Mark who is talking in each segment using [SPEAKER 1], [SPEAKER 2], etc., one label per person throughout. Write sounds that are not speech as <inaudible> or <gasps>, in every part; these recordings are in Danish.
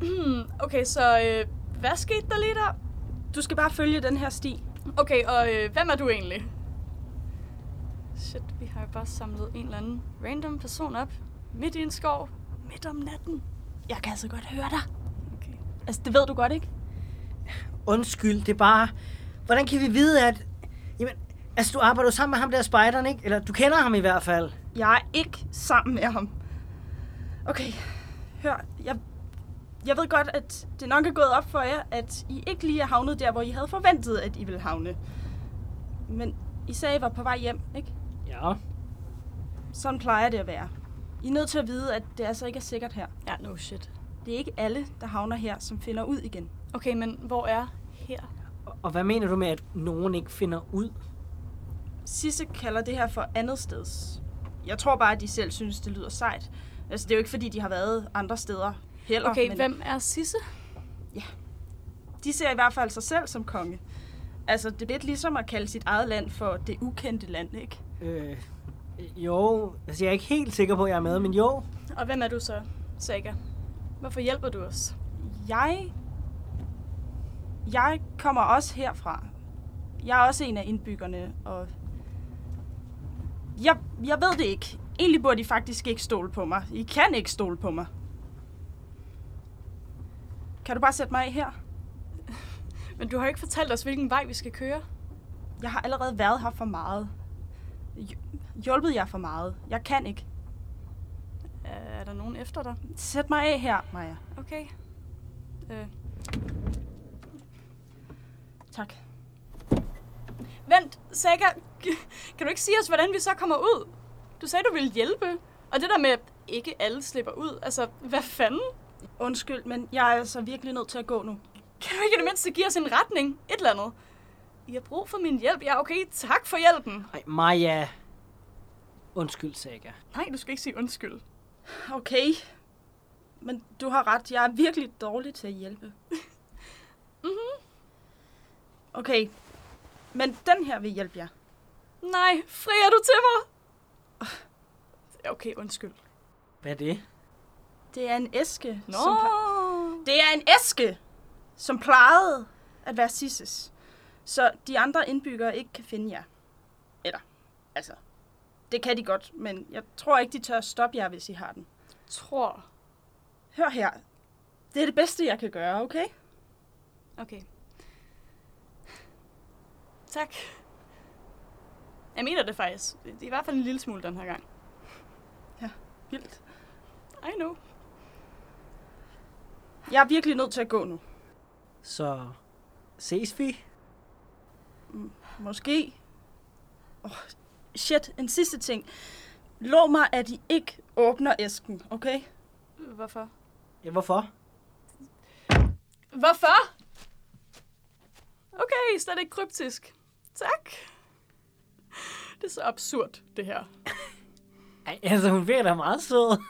[SPEAKER 1] Hmm, okay, så øh, hvad skete der lige der?
[SPEAKER 2] Du skal bare følge den her sti.
[SPEAKER 1] Okay, og øh, hvem er du egentlig? Shit, vi har jo bare samlet en eller anden random person op midt i en skov, midt om natten.
[SPEAKER 2] Jeg kan altså godt høre dig.
[SPEAKER 1] Okay.
[SPEAKER 2] Altså, det ved du godt, ikke?
[SPEAKER 3] Undskyld, det er bare... Hvordan kan vi vide, at... Jamen, altså, du arbejder jo sammen med ham der spejderen, ikke? Eller du kender ham i hvert fald.
[SPEAKER 2] Jeg er ikke sammen med ham. Okay, hør. Jeg, jeg ved godt, at det nok er gået op for jer, at I ikke lige er havnet der, hvor I havde forventet, at I ville havne. Men I sagde, I var på vej hjem, ikke?
[SPEAKER 3] Ja.
[SPEAKER 2] Sådan plejer det at være. I er nødt til at vide, at det altså ikke er sikkert her.
[SPEAKER 1] Ja, no shit.
[SPEAKER 2] Det er ikke alle, der havner her, som finder ud igen.
[SPEAKER 1] Okay, men hvor er her?
[SPEAKER 3] Og, og hvad mener du med, at nogen ikke finder ud?
[SPEAKER 2] Sisse kalder det her for andet steds. Jeg tror bare, at de selv synes, det lyder sejt. Altså, det er jo ikke, fordi de har været andre steder heller.
[SPEAKER 1] Okay,
[SPEAKER 2] men
[SPEAKER 1] hvem er Sisse?
[SPEAKER 2] De ser i hvert fald sig selv som konge. Altså, det er lidt ligesom at kalde sit eget land for det ukendte land, ikke?
[SPEAKER 3] Øh, jo, altså jeg er ikke helt sikker på, at jeg er med, men jo.
[SPEAKER 1] Og hvem er du så, Saga? Hvorfor hjælper du os? <laughs>
[SPEAKER 2] Jeg... Jeg kommer også herfra. Jeg er også en af indbyggerne, og... Jeg, jeg ved det ikke. Egentlig burde I faktisk ikke stole på mig. I kan ikke stole på mig. Kan du bare sætte mig af her?
[SPEAKER 1] Men du har ikke fortalt os, hvilken vej vi skal køre.
[SPEAKER 2] Jeg har allerede været her for meget. Hj- Hjulpet jer for meget. Jeg kan ikke.
[SPEAKER 1] Er er der nogen efter dig?
[SPEAKER 2] Sæt mig af her, Maja.
[SPEAKER 1] Okay. Øh,
[SPEAKER 2] Tak.
[SPEAKER 1] vent, Saga, <laughs> kan du ikke sige os, hvordan vi så kommer ud? Du sagde, du ville hjælpe. Og det der med, at ikke alle slipper ud, altså, hvad fanden?
[SPEAKER 2] Undskyld, men jeg er altså virkelig nødt til at gå nu.
[SPEAKER 1] Kan du ikke i det mindste give os en retning? Et eller andet. I har brug for min hjælp. Ja, okay, tak for hjælpen.
[SPEAKER 3] Nej, Maja. Undskyld, Saga.
[SPEAKER 1] Nej, du skal ikke sige undskyld.
[SPEAKER 2] Okay. Men du har ret. Jeg er virkelig dårlig til at hjælpe. mhm.
[SPEAKER 1] Mm-hmm.
[SPEAKER 2] Okay. Men den her vil hjælpe jer.
[SPEAKER 1] Nej, frier du til mig? Ja, Okay, undskyld.
[SPEAKER 3] Hvad er det?
[SPEAKER 2] Det er en æske.
[SPEAKER 1] Nå,
[SPEAKER 2] Som ple- det er en æske, som plejede at være Sisses. Så de andre indbyggere ikke kan finde jer. Eller, altså, det kan de godt, men jeg tror ikke, de tør stoppe jer, hvis I har den.
[SPEAKER 1] tror.
[SPEAKER 2] Hør her. Det er det bedste, jeg kan gøre, okay?
[SPEAKER 1] Okay. Tak. Jeg mener det faktisk. Det er i hvert fald en lille smule den her gang.
[SPEAKER 2] Vildt.
[SPEAKER 1] I know.
[SPEAKER 2] Jeg er virkelig nødt til at gå nu.
[SPEAKER 3] Så ses vi?
[SPEAKER 2] Måske. Oh, shit, en sidste ting. Lov mig, at I ikke åbner æsken, okay?
[SPEAKER 1] Hvorfor?
[SPEAKER 3] Ja, hvorfor?
[SPEAKER 1] Hvorfor? Okay, slet ikke kryptisk. Tak. Det er så absurd, det her.
[SPEAKER 3] Ej, altså hun virker da meget sød.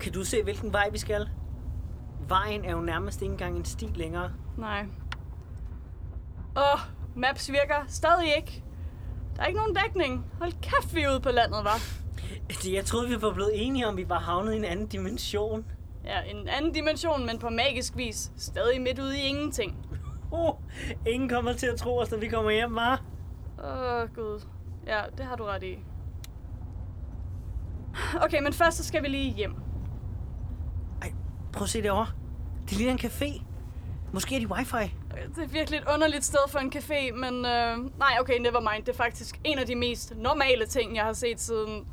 [SPEAKER 3] Kan du se, hvilken vej vi skal? Vejen er jo nærmest ikke engang en sti længere.
[SPEAKER 1] Nej. Åh, maps virker stadig ikke. Der er ikke nogen dækning. Hold kæft, vi er ude på landet, var.
[SPEAKER 3] Altså, Jeg troede, vi var blevet enige om, at vi var havnet i en anden dimension.
[SPEAKER 1] Ja, en anden dimension, men på magisk vis. Stadig midt ude i ingenting.
[SPEAKER 3] Oh, ingen kommer til at tro os, når vi kommer hjem, var.
[SPEAKER 1] Åh, oh, gud. Ja, det har du ret i. Okay, men først så skal vi lige hjem.
[SPEAKER 3] Ej, prøv at se derovre. Det ligner en café. Måske er de wifi.
[SPEAKER 1] Det er virkelig et underligt sted for en café, men øh, nej, okay, never mind. Det er faktisk en af de mest normale ting, jeg har set siden...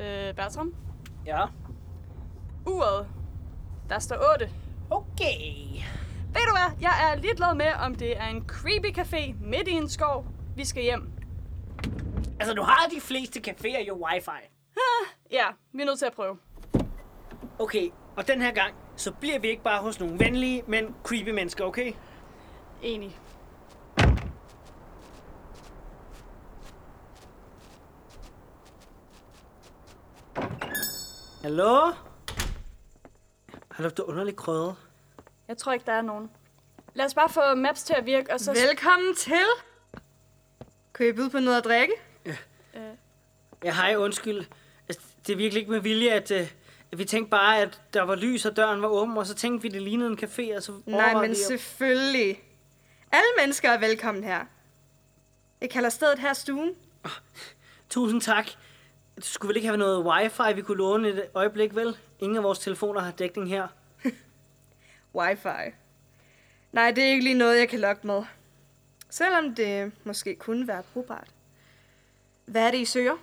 [SPEAKER 1] Øh, Bertram?
[SPEAKER 3] Ja.
[SPEAKER 1] Uret. Der står 8.
[SPEAKER 3] Okay.
[SPEAKER 1] Ved du hvad? Jeg er ligeglad med, om det er en creepy café midt i en skov. Vi skal hjem.
[SPEAKER 3] Altså, du har de fleste caféer jo wifi.
[SPEAKER 1] Ah, Ja, vi er nødt til at prøve.
[SPEAKER 3] Okay, og den her gang, så bliver vi ikke bare hos nogle venlige, men creepy mennesker, okay?
[SPEAKER 1] Enig.
[SPEAKER 3] Hallo? Har du underligt krøde?
[SPEAKER 1] Jeg tror ikke, der er nogen. Lad os bare få maps til at virke, og så...
[SPEAKER 4] Velkommen til. Kan I byde på noget at drikke?
[SPEAKER 3] Ja, hej, undskyld. Altså, det er virkelig ikke med vilje, at, øh, at vi tænkte bare, at der var lys, og døren var åben, og så tænkte vi, det lignede en café, og så
[SPEAKER 4] Nej,
[SPEAKER 3] overvejede
[SPEAKER 4] men
[SPEAKER 3] vi, at-
[SPEAKER 4] selvfølgelig. Alle mennesker er velkommen her. Jeg kalder stedet her stuen.
[SPEAKER 3] Tusind tak. Du skulle vel ikke have noget wifi, vi kunne låne et øjeblik, vel? Ingen af vores telefoner har dækning her.
[SPEAKER 4] Wi-Fi. Nej, det er ikke lige noget, jeg kan logge med. Selvom det måske kunne være brugbart. Hvad er det, I søger?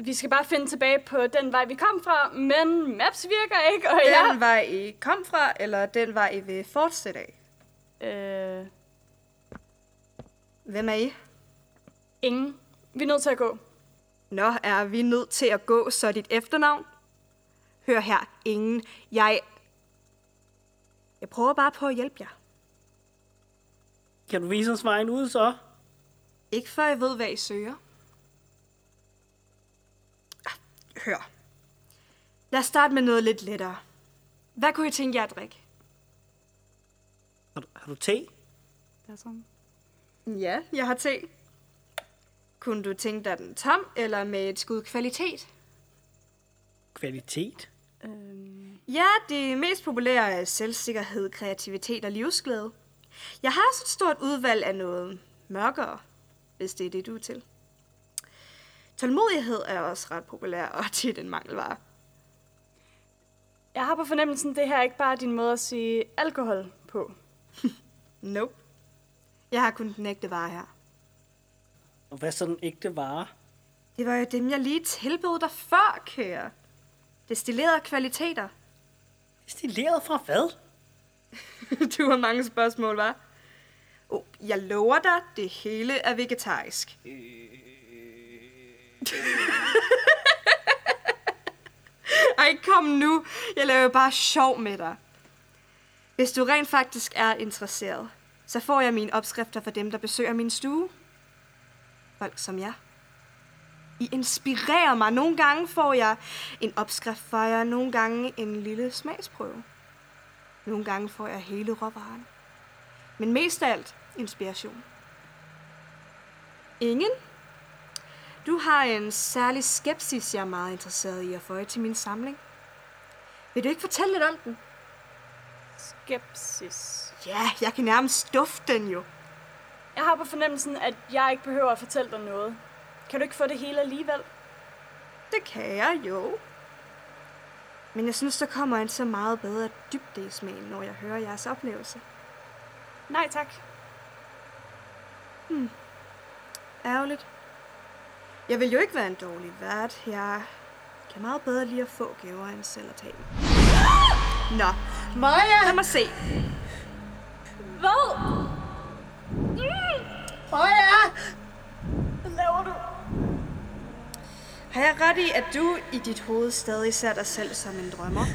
[SPEAKER 1] Vi skal bare finde tilbage på den vej, vi kom fra, men maps virker ikke, og
[SPEAKER 4] Den
[SPEAKER 1] jeg...
[SPEAKER 4] vej, I kom fra, eller den vej, I vil fortsætte af?
[SPEAKER 1] Øh,
[SPEAKER 4] Hvem er I?
[SPEAKER 1] ingen. Vi er nødt til at gå.
[SPEAKER 4] Nå, er vi nødt til at gå, så dit efternavn? Hør her, ingen. Jeg... Jeg prøver bare på at hjælpe jer.
[SPEAKER 3] Kan du vise os vejen ud, så?
[SPEAKER 4] Ikke før jeg ved, hvad I søger. Ah, Hør. Lad os starte med noget lidt lettere. Hvad kunne I tænke jer at drikke?
[SPEAKER 3] Har du, har du te?
[SPEAKER 1] Der er sådan.
[SPEAKER 4] Ja, jeg har te. Kunne du tænke dig den tom, eller med et skud kvalitet?
[SPEAKER 3] Kvalitet?
[SPEAKER 1] Øh,
[SPEAKER 4] Ja, det mest populære er selvsikkerhed, kreativitet og livsglæde. Jeg har også et stort udvalg af noget mørkere, hvis det er det, du er til. Tålmodighed er også ret populær, og <laughs> tit en mangelvare.
[SPEAKER 1] jeg har på fornemmelsen, det her er ikke bare din måde at sige alkohol på.
[SPEAKER 4] Nope. Jeg har kun den ægte vare her.
[SPEAKER 3] Og hvad så den ægte vare?
[SPEAKER 4] Det var jo dem, jeg lige tilbød dig før, kære. Destillerede kvaliteter.
[SPEAKER 3] Stileret fra hvad?
[SPEAKER 4] <laughs> du har mange spørgsmål, hva'? Oh, jeg lover dig, det hele er vegetarisk. <laughs> Ej, kom nu. Jeg laver jo bare sjov med dig. Hvis du rent faktisk er interesseret, så får jeg mine opskrifter fra dem, der besøger min stue. Folk som jer. I inspirerer mig. Nogle gange får jeg en opskrift fra jer, nogle gange en lille smagsprøve. Nogle gange får jeg hele råvaren. Men mest af alt inspiration. Ingen? Du har en særlig skepsis, jeg er meget interesseret i at få til min samling. Vil du ikke fortælle lidt om den?
[SPEAKER 1] Skepsis.
[SPEAKER 4] Ja, jeg kan nærmest dufte den jo.
[SPEAKER 1] Jeg har på fornemmelsen, at jeg ikke behøver at fortælle dig noget. Kan du ikke få det hele alligevel?
[SPEAKER 4] Det kan jeg jo. Men jeg synes, der kommer en så meget bedre dybde i smagen, når jeg hører jeres oplevelse.
[SPEAKER 1] Nej tak.
[SPEAKER 4] Ærgerligt. Jeg vil jo ikke være en dårlig vært. Jeg kan meget bedre lide at få gaver end selv at tage dem. Nå,
[SPEAKER 3] Maja!
[SPEAKER 4] lad mig se.
[SPEAKER 1] Hvad? Mm.
[SPEAKER 3] Maja!
[SPEAKER 1] Hvad laver du?
[SPEAKER 4] Har jeg ret i, at du i dit hoved stadig ser dig selv som en drømmer?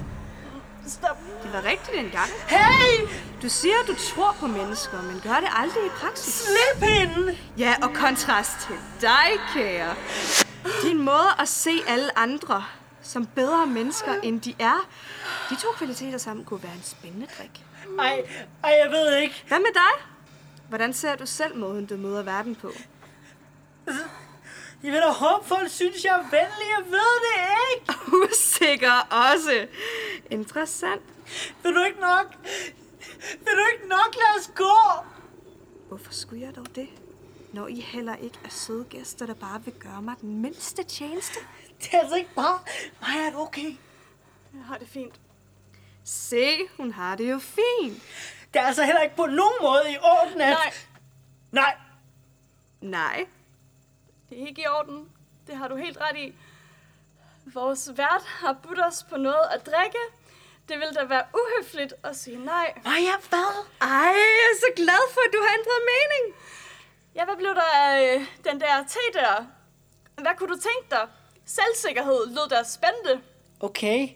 [SPEAKER 1] Stop.
[SPEAKER 4] Det var rigtigt engang.
[SPEAKER 3] Hey!
[SPEAKER 4] Du siger, at du tror på mennesker, men gør det aldrig i praksis.
[SPEAKER 3] Slip hende!
[SPEAKER 4] Ja, og kontrast til dig, kære. Din måde at se alle andre som bedre mennesker, end de er. De to kvaliteter sammen kunne være en spændende drik.
[SPEAKER 3] Ej, ej, jeg ved ikke.
[SPEAKER 4] Hvad med dig? Hvordan ser du selv måden, du møder verden på? <laughs>
[SPEAKER 3] Jeg vil da håbe, folk synes, jeg er venlig. Jeg ved det ikke.
[SPEAKER 4] Usikker også. Interessant.
[SPEAKER 3] Vil du ikke nok? Vil du ikke nok lade os gå?
[SPEAKER 4] Hvorfor skulle jeg dog det? Når I heller ikke er søde gæster, der bare vil gøre mig den mindste tjeneste?
[SPEAKER 3] Det er altså ikke bare... Maja, er du okay?
[SPEAKER 1] Jeg har det fint.
[SPEAKER 4] Se, hun har det jo fint.
[SPEAKER 3] Det er altså heller ikke på nogen måde i orden, at...
[SPEAKER 1] Nej,
[SPEAKER 3] Nej.
[SPEAKER 4] Nej,
[SPEAKER 1] det er ikke i orden. Det har du helt ret i. Vores vært har budt os på noget at drikke. Det ville da være uhøfligt at sige nej.
[SPEAKER 3] Maja, hvad?
[SPEAKER 4] Ej, jeg er så glad for, at du har ændret mening.
[SPEAKER 1] Ja, hvad blev der af øh, den der te der? Hvad kunne du tænke dig? Selvsikkerhed lød der spændende.
[SPEAKER 3] Okay.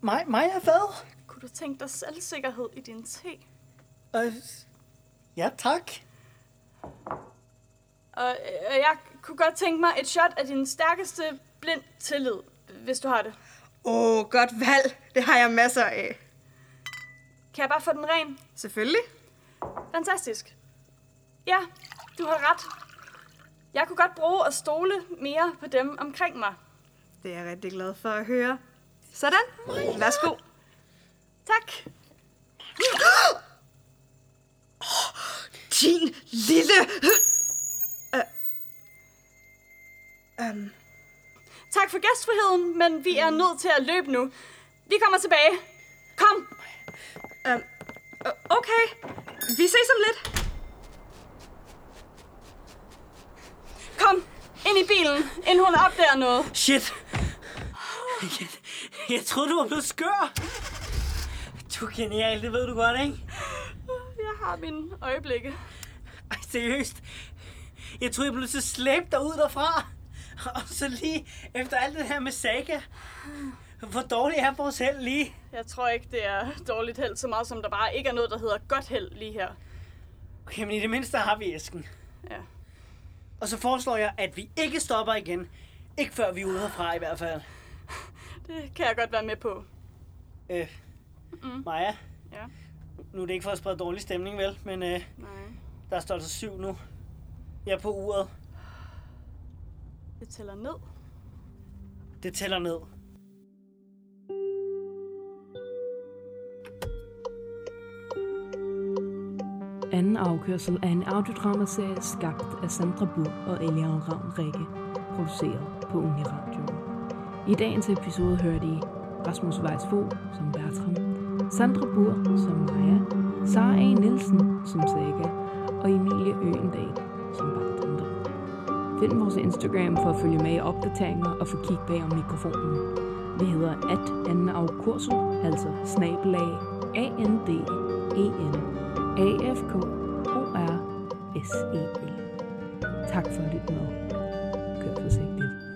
[SPEAKER 3] Maja, Maja, hvad?
[SPEAKER 1] Kunne du tænke dig selvsikkerhed i din te?
[SPEAKER 5] Øh, ja, tak.
[SPEAKER 1] Og øh, jeg kunne godt tænke mig et shot af din stærkeste blind tillid, hvis du har det.
[SPEAKER 4] Åh, oh, godt valg. Det har jeg masser af.
[SPEAKER 1] Kan jeg bare få den ren?
[SPEAKER 4] Selvfølgelig.
[SPEAKER 1] Fantastisk. Ja, du har ret. Jeg kunne godt bruge at stole mere på dem omkring mig.
[SPEAKER 4] Det er jeg rigtig glad for at høre. Sådan. Værsgo. <gasps>
[SPEAKER 1] Tak.
[SPEAKER 4] Din lille... Uh. Um.
[SPEAKER 1] Tak for gæstfriheden, men vi er nødt til at løbe nu. Vi kommer tilbage. Kom!
[SPEAKER 4] Um, o- okay, vi ses om lidt.
[SPEAKER 1] Kom! Ind i bilen, inden hun opdager noget.
[SPEAKER 3] Shit. Jeg, jeg troede, du var blevet skør. Du er genial, det ved du godt, ikke?
[SPEAKER 1] Jeg har mine øjeblikke.
[SPEAKER 3] Ej, seriøst. Jeg troede, jeg blev så slæbt dig ud derfra. Og så lige efter alt det her med Saga. Hvor dårlig er vores held lige?
[SPEAKER 1] Jeg tror ikke, det er dårligt held så meget, som der bare ikke er noget, der hedder godt held lige her.
[SPEAKER 3] Okay, men i det mindste har vi æsken.
[SPEAKER 1] Ja.
[SPEAKER 3] Og så foreslår jeg, at vi ikke stopper igen. Ikke før vi er ude herfra i hvert fald.
[SPEAKER 1] Det kan jeg godt være med på.
[SPEAKER 3] Øh, Maja,
[SPEAKER 1] Ja.
[SPEAKER 3] nu er det ikke for at sprede dårlig stemning, vel? Men øh,
[SPEAKER 1] Nej.
[SPEAKER 3] der står altså syv nu. Jeg er på uret.
[SPEAKER 1] Det tæller ned.
[SPEAKER 3] Det tæller ned.
[SPEAKER 6] Anden afkørsel er en audiodramaserie skabt af Sandra Burg og Elian Ravn Rikke, produceret på Uniradio. I dagens episode hørte I Rasmus Weiss Fogh som Bertram, Sandra Burg som Maja, Sara A. Nielsen som Saga og Emilie Øendal som bartender. Find vores Instagram for at følge med i opdateringer og få kig bag om mikrofonen. Vi hedder at anden afkursel, altså snabelag a n d e n a f k o r s e l Tak for at lytte med. Kør forsigtigt.